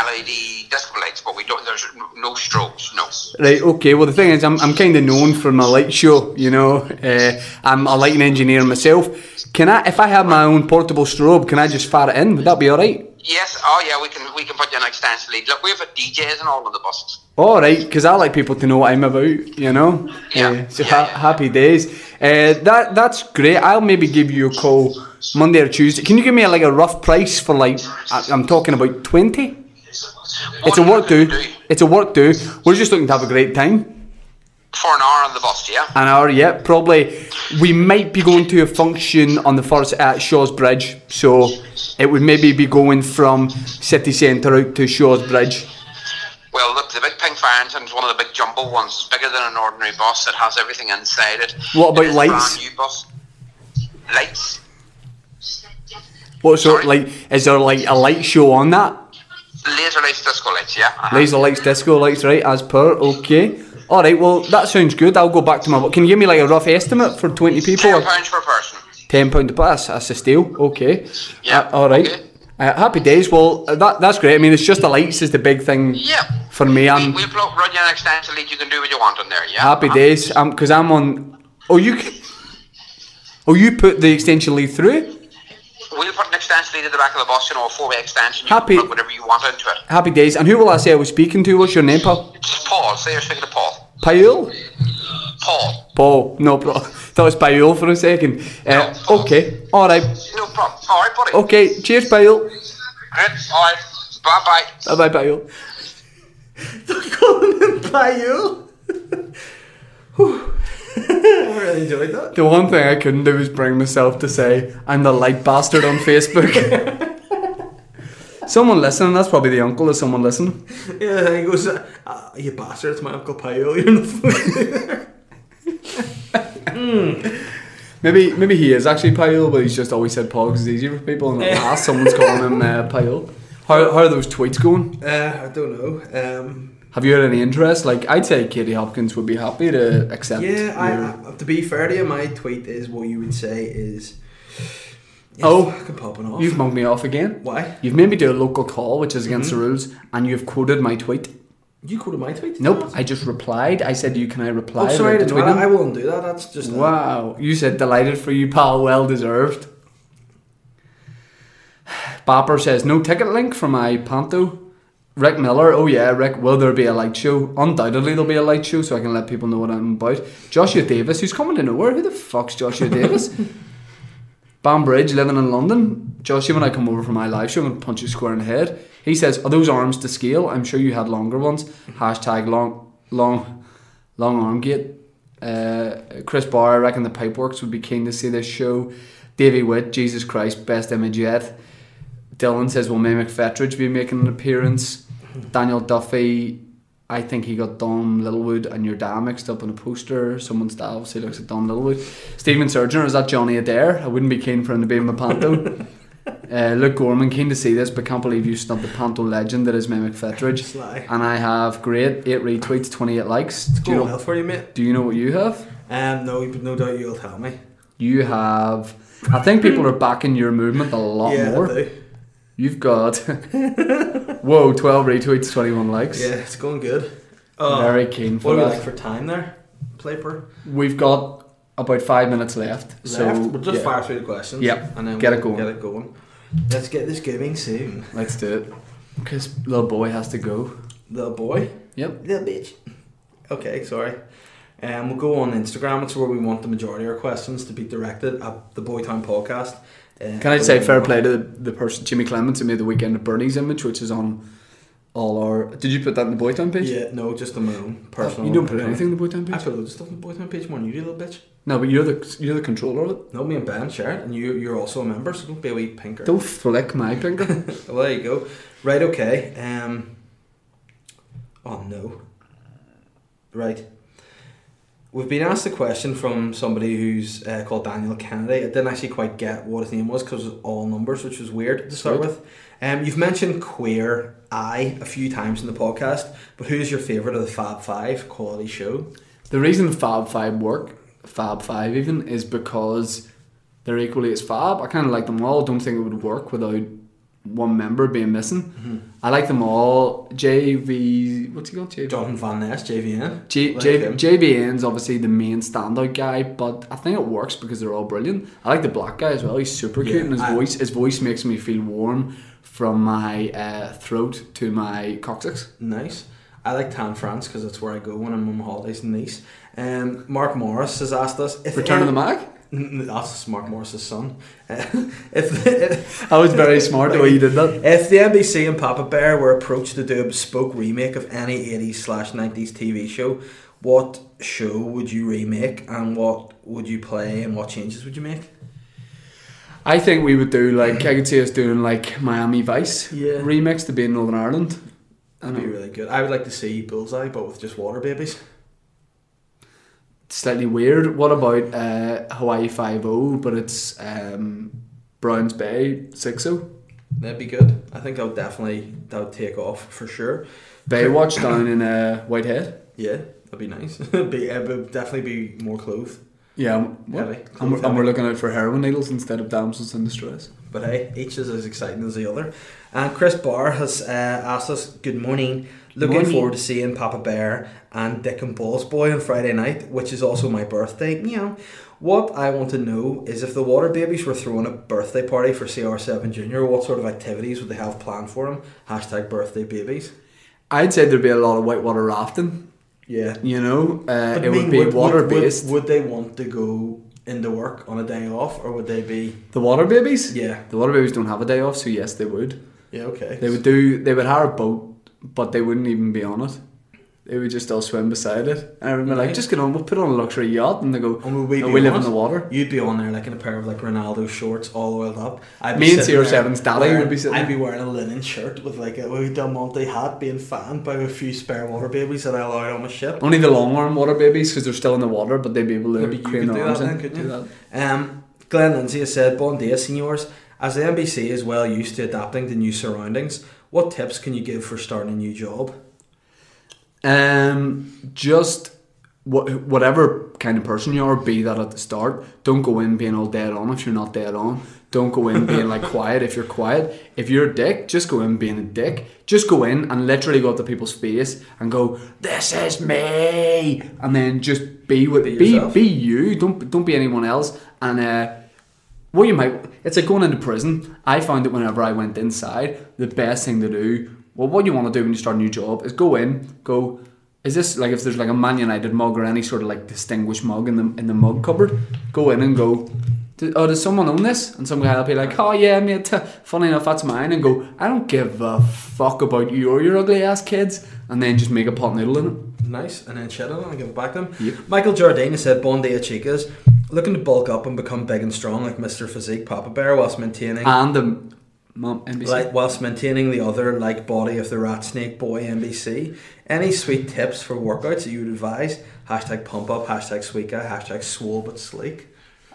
S6: LED disco lights, but we don't, there's no strobes, no.
S4: Right, okay. Well, the thing is, I'm, I'm kind of known for my light show, you know. Uh, I'm a lighting engineer myself. Can I, if I have my own portable strobe, can I just fire it in? Would that be all right?
S6: Yes, oh yeah, we can we can put you an extension lead. Look, we have a DJs and all on the buses.
S4: All right, because I like people to know what I'm about, you know.
S6: Yeah,
S4: Uh, so
S6: yeah,
S4: ha-
S6: yeah.
S4: happy days. Uh, that that's great. I'll maybe give you a call Monday or Tuesday. Can you give me like a rough price for like I, I'm talking about twenty? It's a work do. It's a work do. We're just looking to have a great time.
S6: For an hour on the bus, yeah?
S4: An hour, yeah, probably. We might be going to a function on the first at Shaw's Bridge, so it would maybe be going from city centre out to Shaw's Bridge.
S6: Well, look, the big pink fire engine's one of the big jumbo ones. It's bigger than an ordinary bus. It has everything inside it.
S4: What about
S6: It is a
S4: lights?
S6: Brand new bus. Lights?
S4: What sort like? Is there like a light show on that?
S6: Laser lights, disco lights, yeah? uh-huh.
S4: Laser lights, disco lights, right? As per, okay. All right, well that sounds good. I'll go back to my. Can you give me like a rough estimate for twenty people?
S6: Ten pounds per person.
S4: Ten pound a pass. That's a steal. Okay.
S6: Yeah,
S4: Uh, all right.
S6: okay.
S4: Uh, happy days. Well, uh, that that's great. I mean, it's just the lights is the big thing.
S6: Yeah.
S4: For me,
S6: We,
S4: I'm
S6: we'll plug, run you an extension lead. You can do what you want on there, yeah?
S4: happy
S6: uh-huh.
S4: days. I'm because I'm on. Oh, you. c- Oh, you put the extension lead through.
S6: We'll put an extension lead at the back of the bus, you know, a four way extension.
S4: Happy-
S6: You can put whatever you want into it.
S4: Happy days. And who will I say I was speaking to? What's your name, pal?
S6: Just Paul. Say you're speaking to Paul.
S4: Paul.
S6: Paul.
S4: Paul. No problem. Thought it was Paul for a second. Uh,
S6: No.
S4: okay. All right.
S6: No problem. All right, buddy.
S4: Okay, cheers, Pyle.
S6: Good. All right. Bye
S4: Bye
S6: bye.
S4: bye, Pyle. Stop calling him Pyle.
S5: I really enjoyed that.
S4: The one thing I couldn't do was bring myself to say, I'm the light bastard on Facebook. someone listening, that's probably the uncle of someone listening.
S5: Yeah, he goes, uh, "Ah, you bastard, it's my Uncle Pio. You're not
S4: Maybe maybe he is actually Pyle, but he's just always said Pogs is easier for people, and at last someone's calling him uh, Pyle. How, how are those tweets going?
S5: uh, I don't know. Um,
S4: Have you had any interest? Like, I'd say Katie Hopkins would be happy to accept.
S5: yeah,
S4: your-
S5: I, I, to be fair to you, my tweet is what you would say is. Yeah,
S4: Oh,
S5: fucking popping off.
S4: You've mugged me off again.
S5: Why? Mm-hmm.
S4: You've made me do a local call, which is against the rules, and you've quoted my tweet.
S5: you quoted my tweet?
S4: Nope, I just replied. I said, "You can I reply?"
S5: Oh, sorry, I,
S4: without
S5: didn't know
S4: tweeting?"
S5: that. I won't do that. That's just
S4: Wow, you said delighted for you, pal. Well deserved. Bapper says no ticket link for my panto. Rick Miller, oh yeah, Rick. Will there be a light show? Undoubtedly, there'll be a light show, so I can let people know what I'm about. Joshua Davis, who's coming to nowhere. Who the fuck's Joshua Davis? Banbridge, living in London. Joshua, when I come over for my live show, I'm gonna punch you square in the head. He says, "Are those arms to scale? I'm sure you had longer ones." Hashtag long, long, long arm gate. Uh, Chris Barr, I reckon the Pipeworks would be keen to see this show. Davy Witt, Jesus Christ, best image yet. Dylan says, "Will May McFetridge be making an appearance?" Daniel Duffy, I think he got Dom Littlewood and your dad mixed up on a poster. Someone's dad obviously looks at Dom Littlewood. Stephen Surgeon, is that Johnny Adair? I wouldn't be keen for him to be in my panto. uh, Luke Gorman, keen to see this, but can't believe you snubbed the panto legend that is May
S5: Sly.
S4: McFetridge. And I have great eight retweets, twenty-eight likes.
S5: It's
S4: Do you
S5: going
S4: know?
S5: well for you, mate.
S4: Do you know what you have?
S5: Um, no, but no doubt you'll tell me.
S4: You have. I think people are backing your movement a lot
S5: yeah,
S4: more.
S5: I do.
S4: You've got whoa, twelve retweets, twenty-one likes.
S5: Yeah, it's going good. Oh,
S4: Very keen for
S5: What are we
S4: that.
S5: like for time there? Play per?
S4: We've got about five minutes left. So
S5: left. We'll just
S4: yeah,
S5: fire through the questions.
S4: Yep.
S5: And then
S4: Get
S5: we'll
S4: it going.
S5: Get it going. Let's get this gaming soon.
S4: Let's do it. Because little boy has to go.
S5: Little boy.
S4: Yep.
S5: Little bitch. Okay, sorry. Um, we'll go on Instagram. It's where we want the majority of our questions to be directed at the Boytown podcast. Uh,
S4: Can I say fair play to the, the person, Jimmy Clements, who made the weekend of Bernie's image, which is on all our. Did you put that in the Boytown page?
S5: Yeah, no, just on my own personal.
S4: You don't put anything in the Boytown
S5: I
S4: page.
S5: put loads of stuff on the Boytown page more than you do, little bitch.
S4: No, but you're the you're the controller of it.
S5: No, me and Ben share it, and you, you're also a member, so don't be a wee pinker.
S4: Don't flick my finger.
S5: Well, there you go. Right, okay. Um, oh, no. Right. We've been asked a question from somebody who's uh, called Daniel Kennedy. I didn't actually quite get what his name was because it was all numbers, which was weird to start with. Um, you've mentioned queer eye a few times in the podcast, but who's your favourite of the Fab Five quality show?
S4: the reason Fab Five work, Fab Five even, is because they're equally as fab. I kind of like them all. Don't think it would work without one member being missing.
S5: Mm-hmm.
S4: I like them all. JV, what's he called? JV.
S5: Jonathan Van Ness, JVN.
S4: J-
S5: Like
S4: J-
S5: him.
S4: JBN's obviously the main standout guy, but I think it works because they're all brilliant. I like the black guy as well. He's super cute,
S5: Yeah,
S4: and his
S5: I-
S4: voice his voice makes me feel warm from my uh, throat to my coccyx.
S5: Nice. I like Tan France because that's where I go when I'm on holidays in Nice. Um, Mark Morris has asked us if
S4: Return of the
S5: Eh,
S4: Mac.
S5: Mac. That's Mark Morris's son. Uh, if, if
S4: I was very smart the way you did that.
S5: if the NBC and Papa Bear were approached to do a bespoke remake of any 80s slash 90s TV show, what show would you remake and what would you play and what changes would you make?
S4: I think we would do like I could see us doing like Miami Vice
S5: Yeah.
S4: remix to be in Northern Ireland.
S5: That'd
S4: Mm.
S5: be really good. I would like to see Bullseye, but with just water babies.
S4: Slightly weird. What about uh, Hawaii Five O? But it's um, Browns Bay Six oh? O.
S5: That'd be good. I think I would definitely that would take off for sure.
S4: Baywatch down in uh, Whitehead.
S5: Yeah, that'd be nice. be, uh, but definitely be more clothed.
S4: Yeah, and-
S5: Yeah,
S4: what?
S5: like,
S4: and, we're, and
S5: clothes,
S4: we're looking out for heroin needles instead of damsels in distress.
S5: But hey, each is as exciting as the other. And Chris Barr has uh, asked us, "Good morning. Looking
S4: Morning.
S5: forward to seeing Papa Bear and Dick and Balls Boy on Friday night, which is also my birthday. Meow. What I want to know is if the Water Babies were throwing a birthday party for CR7 Junior, what sort of activities would they have planned for him? Hashtag Birthday Babies.
S4: I'd say there'd be a lot of whitewater rafting.
S5: Yeah,
S4: You know, uh,
S5: But
S4: it
S5: I
S4: would
S5: mean,
S4: be
S5: would- would-
S4: water
S5: would-
S4: based.
S5: Would, they want to go into work on a day off, or would they be?
S4: the water babies.
S5: Yeah.
S4: the water babies don't have a day off, so yes, they would.
S5: Yeah, okay.
S4: They would do. They would hire a boat, but they wouldn't even be on it. They would just all swim beside it. And I remember, like,
S5: Nice.
S4: just get on. We'll put on a luxury yacht, and they go.
S5: And would we,
S4: "No,
S5: be
S4: we live
S5: on
S4: in
S5: it?
S4: the water.
S5: You'd be on there like in a pair of like Ronaldo shorts, all oiled up. I'd
S4: Me and
S5: sitting there
S4: CR7's daddy
S5: wearing-
S4: would be sitting
S5: I'd be
S4: there.
S5: wearing a linen shirt with like a wee Del Monte hat, being fanned by a few spare water babies that I allowed on my ship.
S4: Only the long arm water babies, because they're still in the water, but they'd be able to
S5: Maybe you
S4: crane
S5: could do
S4: their
S5: that
S4: arms
S5: then,
S4: in.
S5: couldn't
S4: Do
S5: you?
S4: that.
S5: Um, Glenn Lindsay has said, Bon dia, senors. As the NBC is well used to adapting to new surroundings, what tips can you give for starting a new job?
S4: Um, just wha- whatever kind of person you are, be that at the start. Don't go in being all dead on if you're not dead on. Don't go in being like quiet if you're quiet. If you're a dick, just go in being a dick. Just go in and literally go up to people's face and go, "This is me," and then just be with
S5: Be
S4: be
S5: yourself.
S4: be you. Don't don't be anyone else. And uh, well, you might. It's like going into prison. I found that whenever I went inside, the best thing to do. Well, what you want to do when you start a new job is go in, go. Is this like if there's like a Man United mug or any sort of like distinguished mug in the in the mug cupboard? Go in and go. "Do- Oh, does someone own this? And some guy will be like, "Oh yeah, mate. t- Funny enough, that's mine." And go, "I don't give a fuck about you or your ugly ass kids." And then just make a pot noodle in it.
S5: Nice, and then shed on it and give it back to him.
S4: Yep.
S5: Michael Jardine said, Bon dia, chicas. Looking to bulk up and become big and strong like Mr. Physique Papa Bear whilst maintaining
S4: And the mom NBC.
S5: like whilst maintaining the other like body of the rat snake boy NBC. Any sweet tips for workouts that you would advise? Hashtag pump up, hashtag sweet guy, hashtag swole but sleek.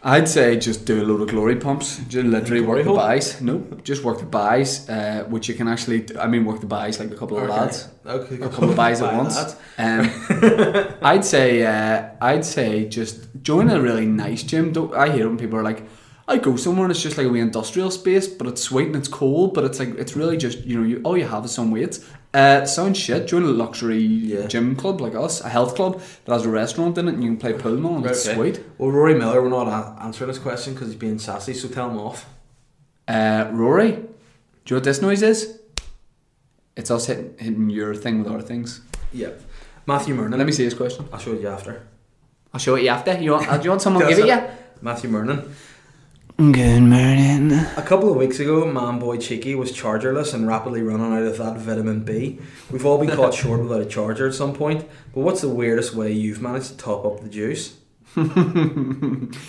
S4: I'd say just do a load of glory pumps. Just literally work
S5: Glory
S4: the
S5: hole?
S4: buys. No, just work the buys, uh, which you can actually. I mean, work the buys like a couple of
S5: Okay.
S4: lads.
S5: Okay,
S4: a couple of buys at
S5: buy
S4: once.
S5: lads.
S4: Um, I'd say. Uh, I'd say just join a really nice gym. Don't, I hear when people are like, I go somewhere and it's just like a wee industrial space, but it's sweet and it's cold, but it's like it's really just you know you all you have is some weights. Uh, sounds shit. Join a luxury gym club like us, a health club that has a restaurant in it, and you can play pool and all, and it's
S5: Okay.
S4: sweet.
S5: Well, Rory Miller, we're not a- answering this question because he's being sassy, so tell him off.
S4: Uh, Rory, do you know what this noise is? It's us hitting, hitting your thing with our things.
S5: Yep. Matthew Murnan.
S4: Let me see his question.
S5: I'll show you after.
S4: I'll show it you after. You want, uh, do you want someone to give it you?
S5: Matthew Murnan.
S4: Good morning.
S5: A couple of weeks ago, man boy Cheeky was chargerless and rapidly running out of that vitamin B. We've all been caught short without a charger at some point, but what's the weirdest way you've managed to top up the juice?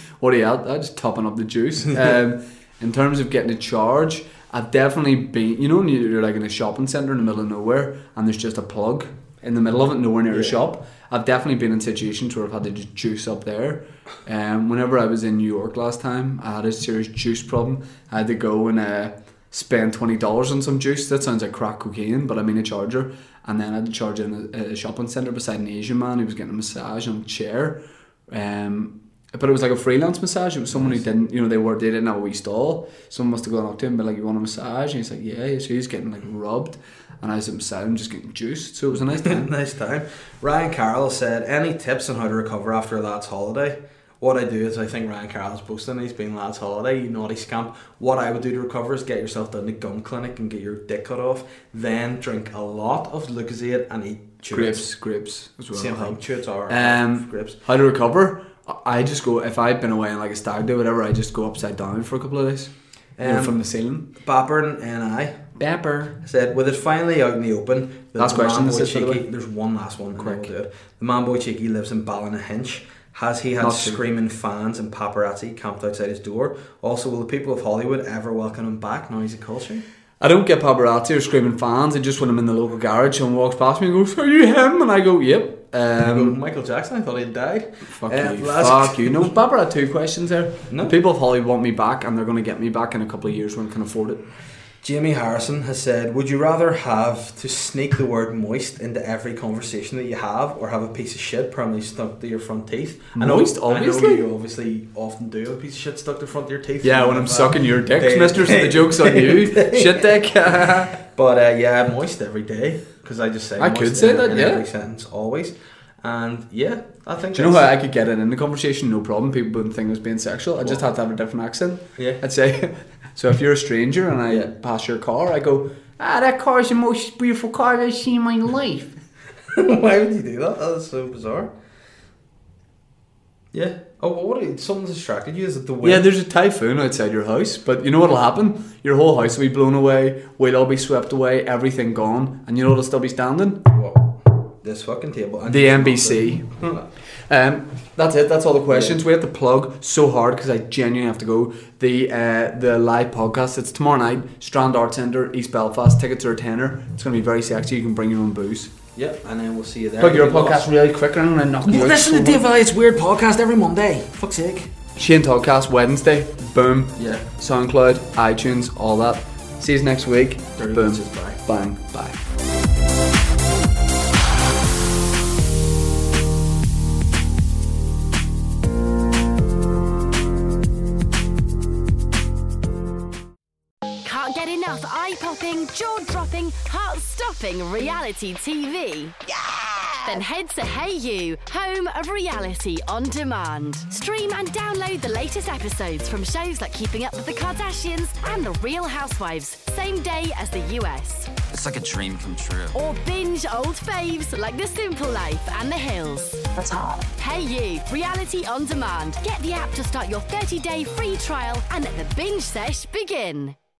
S4: What are you out? I'm just topping up the juice. Um, in terms of getting a charge, I've definitely been. You know, when you're like in a shopping centre in the middle of nowhere, and there's just a plug in the middle of it, nowhere near a shop. I've definitely been in situations where I've had to ju- juice up there. Um, whenever I was in New York last time, I had a serious juice problem. I had to go and uh, spend twenty dollars on some juice. That sounds like crack cocaine, but I mean a charger. And then I had to charge in a, a shopping centre beside an Asian man who was getting a massage on a chair. Um, but it was like a freelance massage. It was someone who didn't, you know, they were they didn't have a wee stall. Someone must have gone up to him and been like, "You want a massage?" And he's like, "Yeah." So he's getting like rubbed, and I was beside him just getting juiced. So it was a nice time.
S5: nice time. Ryan Carroll said, Any tips on how to recover after a lad's holiday? What I do is I think Ryan Carroll's posting he's been lad's holiday, you naughty scamp. What I would do to recover is get yourself down to gum clinic and get your dick cut off, then drink a lot of Lucozade and eat chewits.
S4: grapes, grapes. as well.
S5: Same thing, chewits are
S4: Um,
S5: grapes.
S4: How to recover? I- I just go if I've been away on like a stag do whatever. I just go upside down for a couple of days, you know,
S5: Um,
S4: from the ceiling.
S5: Bappern and I
S4: Pepper.
S5: said, with it finally out in the open, the
S4: Last question,
S5: man
S4: this
S5: boy
S4: is, by the
S5: Cheeky-
S4: way.
S5: there's one last one. and then
S4: Quick.
S5: we'll do it. The man boy Cheeky lives in Ballinahinch. Has he had
S4: Not true.
S5: screaming fans and paparazzi camped outside his door? Also, will the people of Hollywood ever welcome him back now he's a culture?
S4: I don't get paparazzi or screaming fans. I just when I'm in the local garage, someone walks past me and goes, "Are you him?" And I go, "Yep." Um,
S5: Well, Michael Jackson, I thought he'd died.
S4: Fuck
S5: Uh,
S4: you.
S5: last-
S4: Fuck you. No, Barbara had two questions there.
S5: No.
S4: The people of Hollywood want me back, and they're going to get me back in a couple of years when I can afford it.
S5: Jamie Harrison has said, Would you rather have to sneak the word moist into every conversation that you have or have a piece of shit permanently stuck to your front teeth?
S4: Moist,
S5: I know, I
S4: obviously.
S5: know you obviously often do have a piece of shit stuck to the front of your teeth.
S4: Yeah, when I'm
S5: Uh,
S4: sucking your dicks,
S5: day-
S4: mister, so the joke's on you. Shit dick. I
S5: But uh, yeah, moist every day because I just say
S4: I
S5: moist
S4: could say
S5: in-
S4: that,
S5: in
S4: yeah.
S5: every sentence always. And yeah, I think
S4: Do you know how
S5: that's-
S4: I could get it in the conversation? No problem. People wouldn't think I was being sexual. I just have to have a different accent.
S5: Yeah.
S4: I'd say, so if you're a stranger and I
S5: Yeah.
S4: pass your car, I go, ah, that car's the most beautiful car I've seen in my life.
S5: Why would you do that? That is so bizarre. Yeah. Oh, well, what? Are you, something distracted you? Is it the wind?
S4: Yeah, there's a typhoon outside your house, but you know what'll happen? Your whole house will be blown away, we'll all be swept away, everything gone, and you know what'll still be standing?
S5: Whoa. This fucking table. And
S4: The NBC. Um, that's it. That's all the questions. We have to plug so hard because I genuinely have to go. The uh, the live podcast. It's tomorrow night. Strand Art Centre, East Belfast. Tickets are a tenner. It's going to be very sexy. You can bring your own booze.
S5: Yep, and then we'll see you there.
S4: Plug your own
S5: We'll-
S4: podcast really quick, and I'm going to knock you out.
S5: Listen to Dave Elliott's weird podcast every Monday. Fuck's sake.
S4: Shane Talkcast Wednesday. Boom.
S5: Yeah.
S4: SoundCloud, iTunes, all that. See you next week.
S5: Dirty
S4: Boom.
S5: Bitches, bye.
S4: Bang. Bye.
S1: Can't get enough eye popping, jaw dropping, heart stopping reality TV. Then head to Hey You, home of reality on demand. Stream and download the latest episodes from shows like Keeping Up with the Kardashians and The Real Housewives, same day as the US.
S7: It's like a dream come true.
S1: Or binge old faves like The Simple Life and The Hills. That's hard. Hey You, reality on demand. Get the app to start your 30 day free trial and let the binge sesh begin.